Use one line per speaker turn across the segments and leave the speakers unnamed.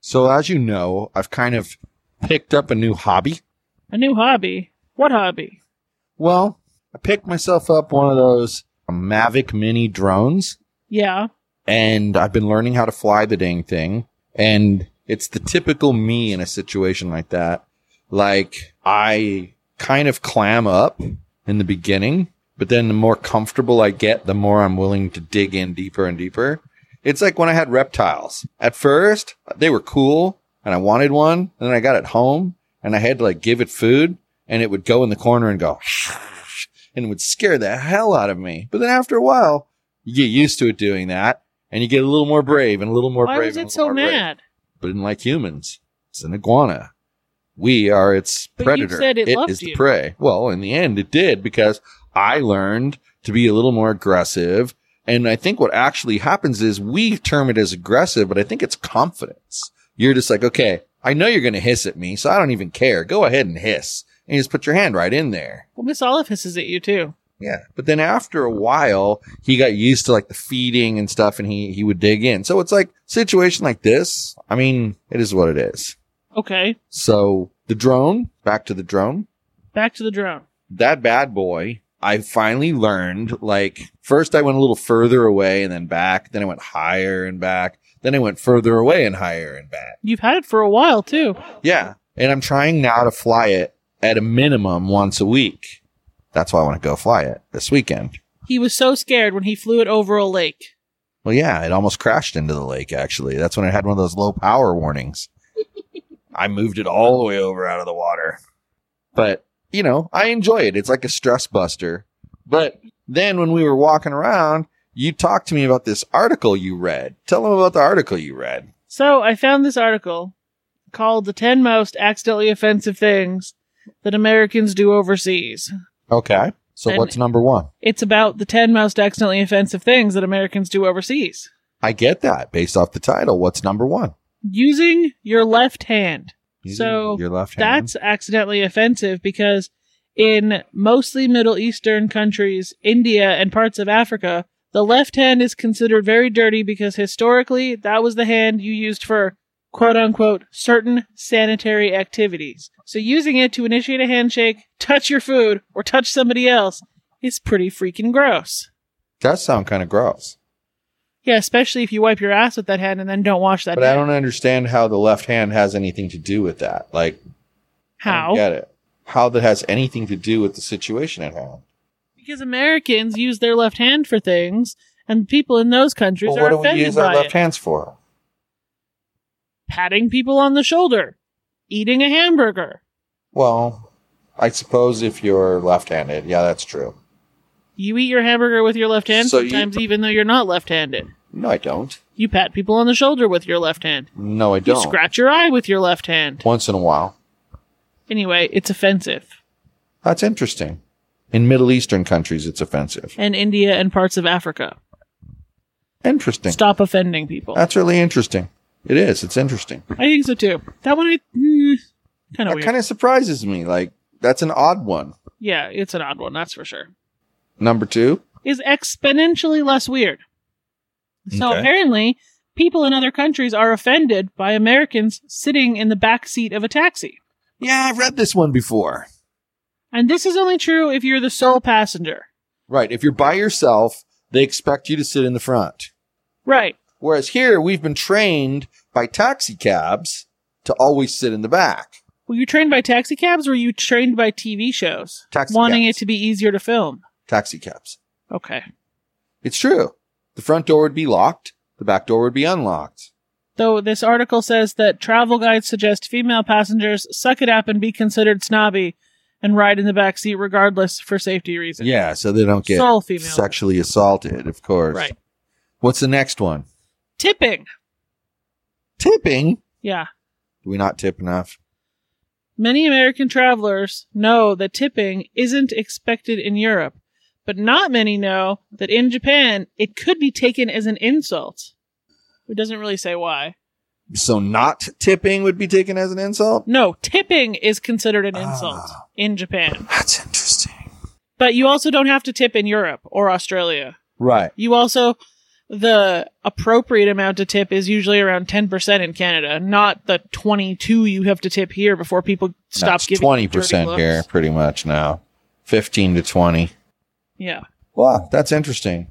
So, as you know, I've kind of picked up a new hobby.
A new hobby. What hobby?
Well, I picked myself up one of those Mavic Mini drones.
Yeah.
and I've been learning how to fly the dang thing. And it's the typical me in a situation like that. Like I kind of clam up in the beginning, but then the more comfortable I get, the more I'm willing to dig in deeper and deeper. It's like when I had reptiles. At first, they were cool and I wanted one. And then I got it home and I had to like give it food and it would go in the corner and go and it would scare the hell out of me. But then after a while, you get used to it doing that and you get a little more brave and a little more
Why
brave.
was
and a
it
little
so
more brave.
mad?
But didn't like humans. It's an iguana. We are its
But you
predator.
said it loved
is the
you.
prey. Well, in the end, it did because I learned to be a little more aggressive. And I think what actually happens is we term it as aggressive, but I think it's confidence. You're just like, okay, I know you're going to hiss at me, so I don't even care. Go ahead and hiss. And you just put your hand right in there.
Well, Miss Olive hisses at you too.
Yeah. But then after a while, he got used to like the feeding and stuff and he, he would dig in. So it's like situation like this. I mean, it is what it is.
Okay.
So the drone, back to the drone,
Back to the drone.
that bad boy, I finally learned like first I went a little further away and then back. Then I went higher and back. Then I went further away and higher and back.
You've had it for a while too.
Yeah. And I'm trying now to fly it at a minimum once a week. That's why I want to go fly it this weekend.
He was so scared when he flew it over a lake.
Well, yeah, it almost crashed into the lake, actually. That's when it had one of those low power warnings. I moved it all the way over out of the water. But, you know, I enjoy it. It's like a stress buster. But then when we were walking around, you talked to me about this article you read. Tell them about the article you read.
So I found this article called The 10 Most Accidentally Offensive Things That Americans Do Overseas.
Okay. So
And-
what's number one?
It's about the 10 most accidentally offensive things that Americans do overseas.
I get that based off the title. What's number one?
Using your left hand. So,
your left hand.
That's accidentally offensive because in mostly Middle Eastern countries, India, and parts of Africa, the left hand is considered very dirty because historically that was the hand you used for quote unquote certain sanitary activities. So using it to initiate a handshake, touch your food, or touch somebody else is pretty freaking gross.
Does sound kind of gross.
Yeah, especially if you wipe your ass with that hand and then don't wash that
But I
hand.
don't understand how the left hand has anything to do with that. Like, I
How?
don't get it. How that has anything to do with the situation at hand.
Because Americans use their left hand for things, and people in those countries
Well, what
are
do we
offended
use
by
our left
it.
hands for?
Patting people on the shoulder, eating a hamburger,
Well, I suppose if you're left-handed, yeah, that's true.
you eat your hamburger with your left hand.
So you-
sometimes, even though you're not left-handed,
No, I don't.
you pat people on the shoulder with your left hand.
No, I
You
don't.
scratch your eye with your left hand.
Once in a while.
Anyway, it's offensive,
That's interesting. In Middle Eastern countries, it's offensive.
and India and parts of Africa
Interesting.
stop offending people.
That's really interesting. It is. It's interesting.
I think so too. That one, I mm, kind of
That
weird.
kind of surprises me. Like, that's an odd one.
yeah, it's an odd one, that's for sure.
Number two.
is exponentially less weird. So
Okay.
apparently, people in other countries are offended by Americans sitting in the back seat of a taxi.
Yeah, I've read this one before.
And this is only true if you're the sole passenger.
Right. If you're by yourself, they expect you to sit in the front.
Right.
Whereas here, we've been trained by taxi cabs to always sit in the back.
Were you trained by taxi cabs or were you trained by TV shows?
Taxi
wanting
cabs.
it to be easier to film.
Taxi cabs.
Okay.
It's true. The front door would be locked. The back door would be unlocked.
Though this article says that travel guides suggest female passengers suck it up and be considered snobby and ride in the back seat regardless for safety reasons.
Yeah, so they don't get
Sole female.
sexually assaulted, of course.
Right.
What's the next one?
Tipping.
Tipping.
Yeah.
Do we not tip enough?
Many American travelers know that tipping isn't expected in Europe, but not many know that in Japan it could be taken as an insult. It doesn't really say why.
So not tipping would be taken as an insult?
No, tipping is considered an insult
Ah.
in Japan.
That's interesting.
But you also don't have to tip in Europe or Australia.
Right.
You also, the appropriate amount to tip is usually around 10% in Canada, not the 22 you have to tip here before people stop
That's
giving you
twenty
dirty
percent
looks.
here, pretty much now. Fifteen to twenty.
Yeah.
Wow, that's interesting.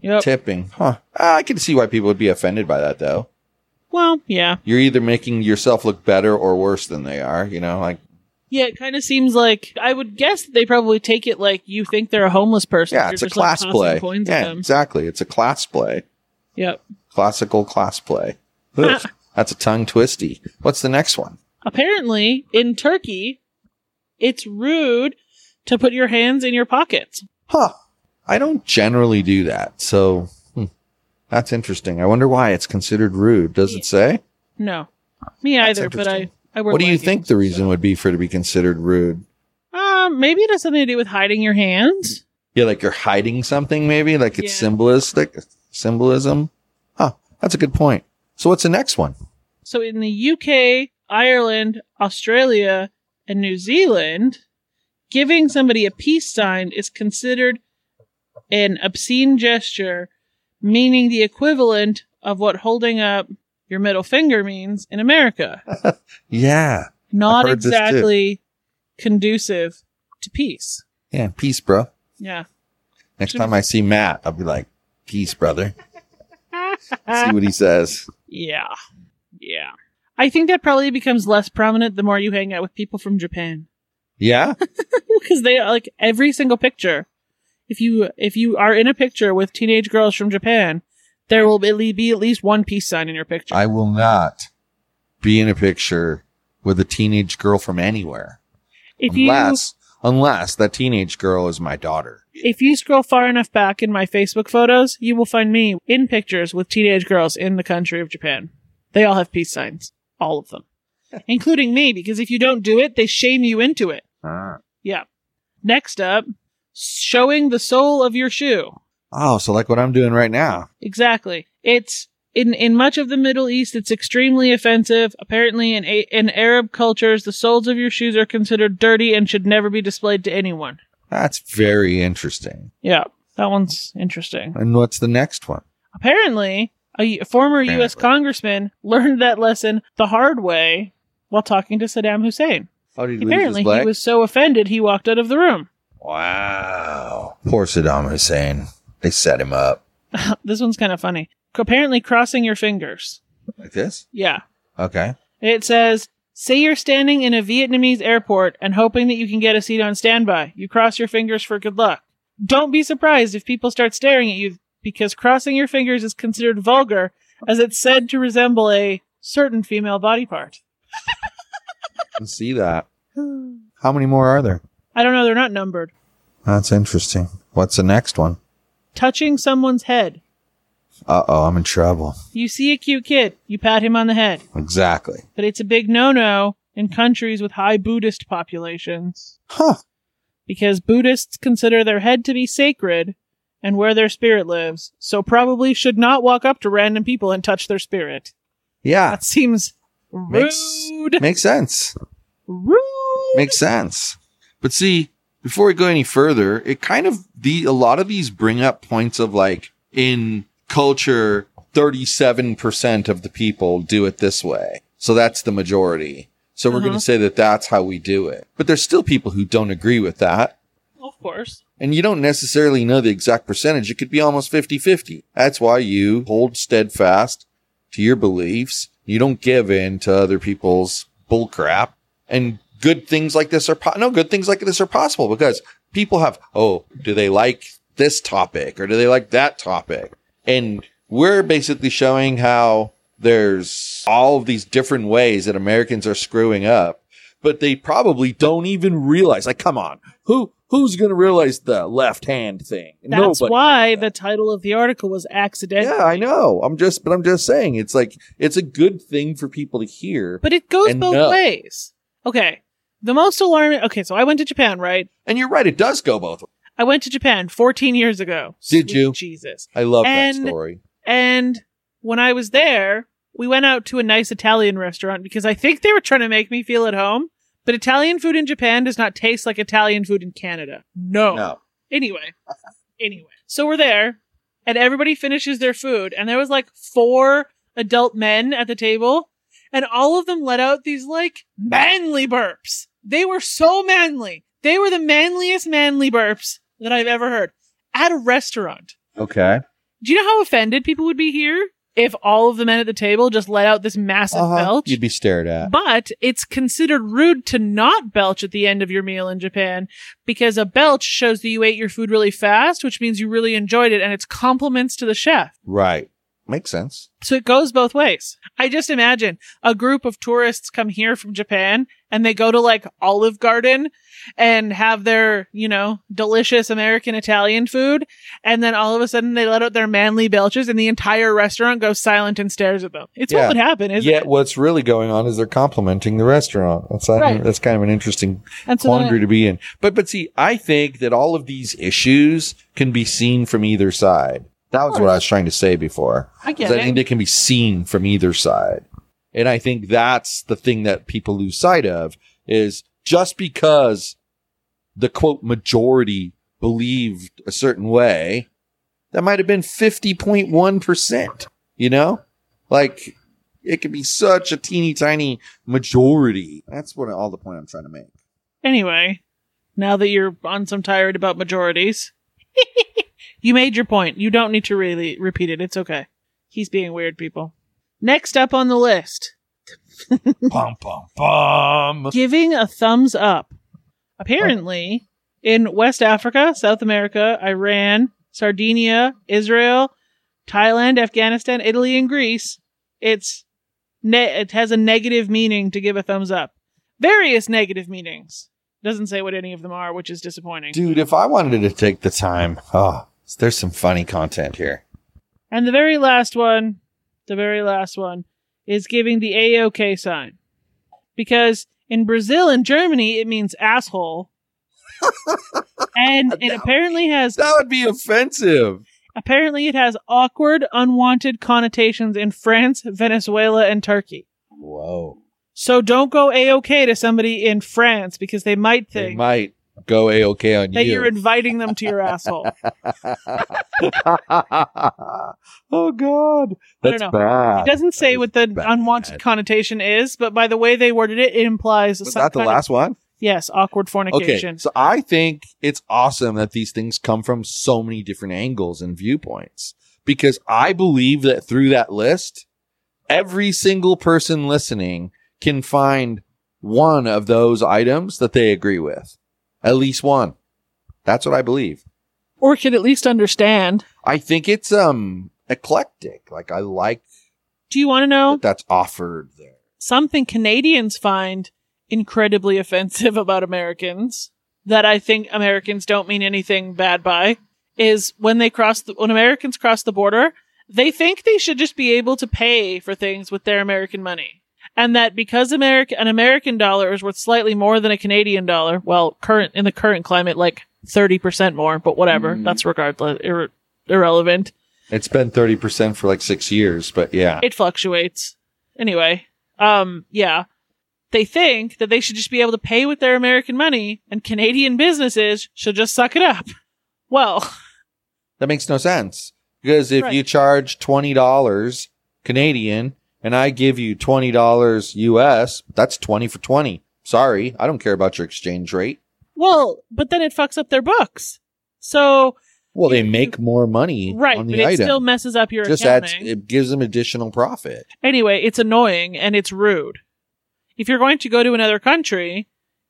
Yep.
Tipping, huh? I can see why people would be offended by that, though.
Well, yeah.
You're either making yourself look better or worse than they are. You know, like
Yeah, it kind of seems like I would guess they probably take it like you think they're a homeless person.
yeah,
You're
it's a
just, like,
class
tossing
play.
Coins at
Yeah,
them.
exactly. It's a class play.
Yep.
Classical class play. Ugh, that's a tongue twisty. What's the next one?
Apparently, in Turkey, it's rude to put your hands in your pockets.
Huh? I don't generally do that, so hmm, that's interesting. I wonder why it's considered rude. Does it say?
No, me
That's
either. But I,
interesting.
I wear
What do you
leggings,
think the reason
so-
would be for it to be considered rude?
Uh, maybe it has something to do with hiding your hands.
Yeah, like you're hiding something, maybe. Like it's
Yeah.
symbolistic, symbolism. Huh. That's a good point. So what's the next one?
So in the UK, Ireland, Australia, and New Zealand, giving somebody a peace sign is considered an obscene gesture, meaning the equivalent of what holding up your middle finger means in America.
Yeah.
Not
heard this too.
exactly conducive to peace.
Yeah. Peace, bro.
Yeah.
Next
Should
time I see Matt, I'll be like, peace, brother. see what he says.
Yeah. Yeah. I think that probably becomes less prominent the more you hang out with people from Japan.
Yeah.
Because they are like every single picture. If you if you are in a picture with teenage girls from Japan, there will be be at least one peace sign in your picture.
I will not be in a picture with a teenage girl from anywhere.
if you
Unless, unless that teenage girl is my daughter.
if you scroll far enough back in my Facebook photos, you will find me in pictures with teenage girls in the country of Japan. They all have peace signs, all of them, including me. Because if you don't do it, they shame you into it.
Ah.
Yeah. Next up, showing the sole of your shoe.
Oh, so like what I'm doing right now.
Exactly. It's in in much of the Middle East, it's extremely offensive. Apparently, in A- in Arab cultures, the soles of your shoes are considered dirty and should never be displayed to anyone.
That's very interesting.
Yeah, that one's interesting.
And what's the next one?
Apparently, a y- former U.S.
Apparently.
congressman learned that lesson the hard way while talking to Saddam Hussein.
How Oh, did
Apparently, he was so offended he walked out of the room.
Wow. Poor Saddam Hussein. They set him up.
this one's kind of funny. Apparently, crossing your fingers.
Like this?
Yeah.
Okay.
It says, Say you're standing in a Vietnamese airport and hoping that you can get a seat on standby. You cross your fingers for good luck. Don't be surprised if people start staring at you because crossing your fingers is considered vulgar as it's said to resemble a certain female body part.
I can see that.
I
How many more are there?
don't know, they're not numbered.
That's interesting. What's the next one?
Touching someone's head.
Uh oh, I'm in trouble.
You see a cute kid, you pat him on the head.
Exactly.
But it's a big no no in countries with high Buddhist populations.
Huh.
because Buddhists consider their head to be sacred and where their spirit lives, so probably should not walk up to random people and touch their spirit.
Yeah.
That seems
Ah. Makes-
rude.
Makes sense.
rude.
Makes sense. But see, before we go any further, it kind of the a lot of these bring up points of like in culture, thirty seven percent of the people do it this way. So that's the majority. So we're
Uh-huh.
going to say that that's how we do it. But there's still people who don't agree with that.
of course.
And you don't necessarily know the exact percentage. It could be almost 50 50. That's why you hold steadfast to your beliefs You don't give in to other people's bullcrap. And good things like this are po- no good things like this are possible because people have oh do they like this topic or do they like that topic? And we're basically showing how there's all of these different ways that Americans are screwing up, but they probably don't even realize. Like, come on, who who's going to realize the left hand thing?
That's why the title of the article was accidental.
Yeah, I know. I'm just, but I'm just saying, it's like it's a good thing for people to hear.
But it goes
And
both
no.
ways. Okay. The most alarming. Okay, so I went to Japan, right?
And you're right; it does go both. ways.
I went to Japan 14 years ago.
Did
Sweet
you?
Jesus.
I love
And-
that story.
And when I was there, we went out to a nice Italian restaurant because I think they were trying to make me feel at home. But Italian food in Japan does not taste like Italian food in Canada. No.
No,
Anyway. Anyway. So we're there and everybody finishes their food and there was like four adult men at the table and all of them let out these like manly burps. They were so manly. They were the manliest manly burps that I've ever heard at a restaurant.
okay.
Do you know how offended people would be here if all of the men at the table just let out this massive belch?
Uh-huh. You'd be stared at.
But it's considered rude to not belch at the end of your meal in Japan because a belch shows that you ate your food really fast, which means you really enjoyed it and it's compliments to the chef.
Right, makes sense.
So it goes both ways. I just imagine a group of tourists come here from Japan and they go to like Olive Garden and have their, you know, delicious American Italian food. And then all of a sudden they let out their manly belches and the entire restaurant goes silent and stares at them. It's
Yeah.
what would happen, isn't
Yet,
it?
what's really going on is they're complimenting the restaurant. That's
Right.
that's kind of an interesting
And so then
quandary to be in. But but see, I think that all of these issues can be seen from either side. That was what I was trying to say before.
I, I
is
get
I think
it.
they can be seen from either side. And I think that's the thing that people lose sight of is just because the quote majority believed a certain way, that might have been 50.1%, you know? Like it could be such a teeny tiny majority. That's what all the point I'm trying to make.
Anyway, now that you're on some tirade about majorities, you made your point. You don't need to really repeat it. It's okay. He's being weird, people. Next up on the list.
bum bum bum.
giving a thumbs up. Apparently, in West Africa, South America, Iran, Sardinia, Israel, Thailand, Afghanistan, Italy, and Greece, it's ne- it has a negative meaning to give a thumbs up. Various negative meanings. Doesn't say what any of them are, which is disappointing.
Dude, if I wanted to take the time, oh, there's some funny content here.
and the very last one, the very last one, is giving the AOK sign. Because in Brazil and Germany, it means asshole. and it apparently has
That would be offensive.
apparently it has awkward, unwanted connotations in France, Venezuela, and Turkey.
Whoa.
So don't go AOK to somebody in France because they might
They
think
might go a okay on
that
you.
you're inviting them to your asshole.
oh God,
I don't
that's
know. It
bad.
doesn't say what the
bad.
unwanted connotation is, but by the way they worded it, it implies
Was
some
that the
kind of-
last one?
yes, awkward fornication.
Okay, so I think it's awesome that these things come from so many different angles and viewpoints because I believe that through that list, every single person listening can find one of those items that they agree with, at least one. That's what I believe.
or could at least understand.
I think it's um eclectic. Like I like
Do you want to know
that that's offered there.
something Canadians find incredibly offensive about Americans that I think Americans don't mean anything bad by is when they cross the, when Americans cross the border, they think they should just be able to pay for things with their American money. And that because America, an American dollar is worth slightly more than a Canadian dollar, well, current in the current climate, like 30% more, but whatever.
Mhm.
That's regardless, irre- irrelevant.
It's been 30% for like six years, but yeah.
it fluctuates anyway um yeah they think that they should just be able to pay with their american money and canadian businesses should just suck it up well
That makes no sense. Because if
Right.
you charge $20 Canadian and I give you $20 US, that's 20 for 20. Sorry, I don't care about your exchange rate.
well but then it fucks up their books so
Well, they make more money
Right,
on
but
the
it
item.
still messes up your
just adds
accounting.
it gives them additional profit.
Anyway, it's annoying and it's rude. If you're going to go to another country,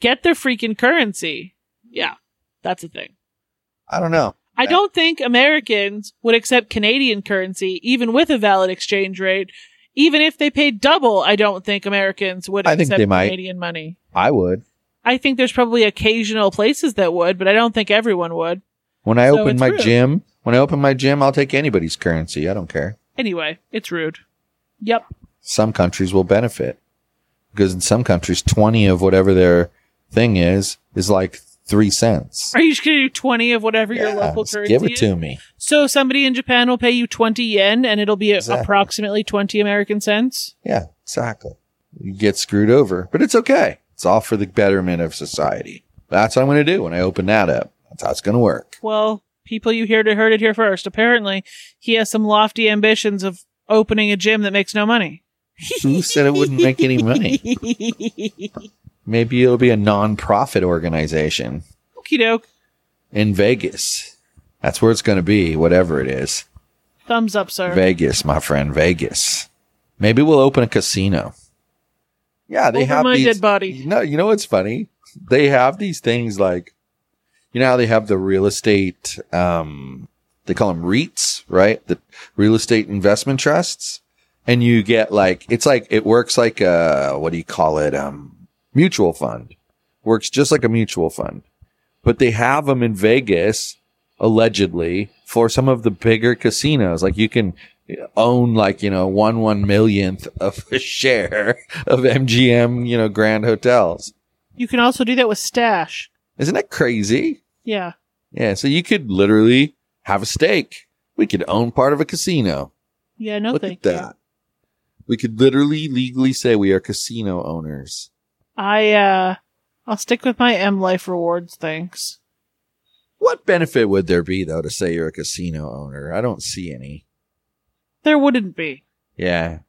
get their freaking currency. Yeah, that's a thing.
I don't know.
I
That-
don't think Americans would accept Canadian currency even with a valid exchange rate. Even if they paid double, I don't think Americans would
I think
accept
they might.
Canadian money.
I would.
I think there's probably occasional places that would, but I don't think everyone would.
When I
So
open
it's
my
rude.
gym, when I open my gym, I'll take anybody's currency. I don't care.
Anyway, it's rude. Yep.
Some countries will benefit because in some countries, 20 of whatever their thing is, is like three cents.
Are you just going to do 20 of whatever your
Yeah,
local
just
currency
give it
is?
to me.
So somebody in Japan will pay you 20 yen and it'll be
Exactly.
approximately 20 American cents.
Yeah, exactly. You get screwed over, but it's okay. It's all for the betterment of society. That's what I'm going to do when I open that up. That's how it's going to work.
Well, people you heard it heard it here first. Apparently, he has some lofty ambitions of opening a gym that makes no money.
Who said it wouldn't make any money?
Okey
Maybe it'll be a non-profit organization
doke.
in Vegas. That's where it's going to be, whatever it is.
Thumbs up, sir.
Vegas, my friend, Vegas. Maybe we'll open a casino. Yeah, they
Over
have
my
these.
dead body.
You know, you know what's funny? They have these things like, you know how they have the real estate. Um, they call them REITs, right? The real estate investment trusts, and you get like it's like it works like a what do you call it? Um, mutual fund works just like a mutual fund, but they have them in Vegas allegedly for some of the bigger casinos. Like you can own like, you know, one one millionth of a share of MGM, you know, grand hotels.
You can also do that with Stash.
Isn't that crazy?
Yeah.
Yeah. So you could literally have a stake. We could own part of a casino.
Yeah, no
Look
thank
at that.
you.
We could literally legally say we are casino owners.
I uh I'll stick with my M life rewards, thanks.
What benefit would there be though to say you're a casino owner? I don't see any.
There wouldn't be
Yeah.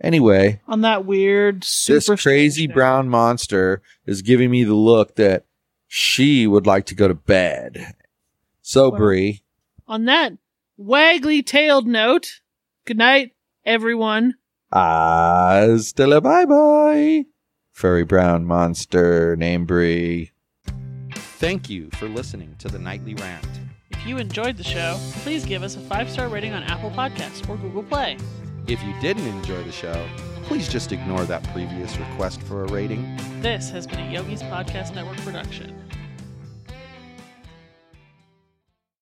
Anyway,
on that weird super
this crazy brown monster is giving me the look that she would like to go to bed. So
Well-
Bree,
On that waggly tailed note, good night, everyone.
hasta la bye bye. Furry brown monster named Bree. Thank you for listening to the nightly rant.
If you enjoyed the show, please give us a five star rating on Apple Podcasts or Google Play.
If you didn't enjoy the show, please just ignore that previous request for a rating.
This has been a Yogi's Podcast Network production.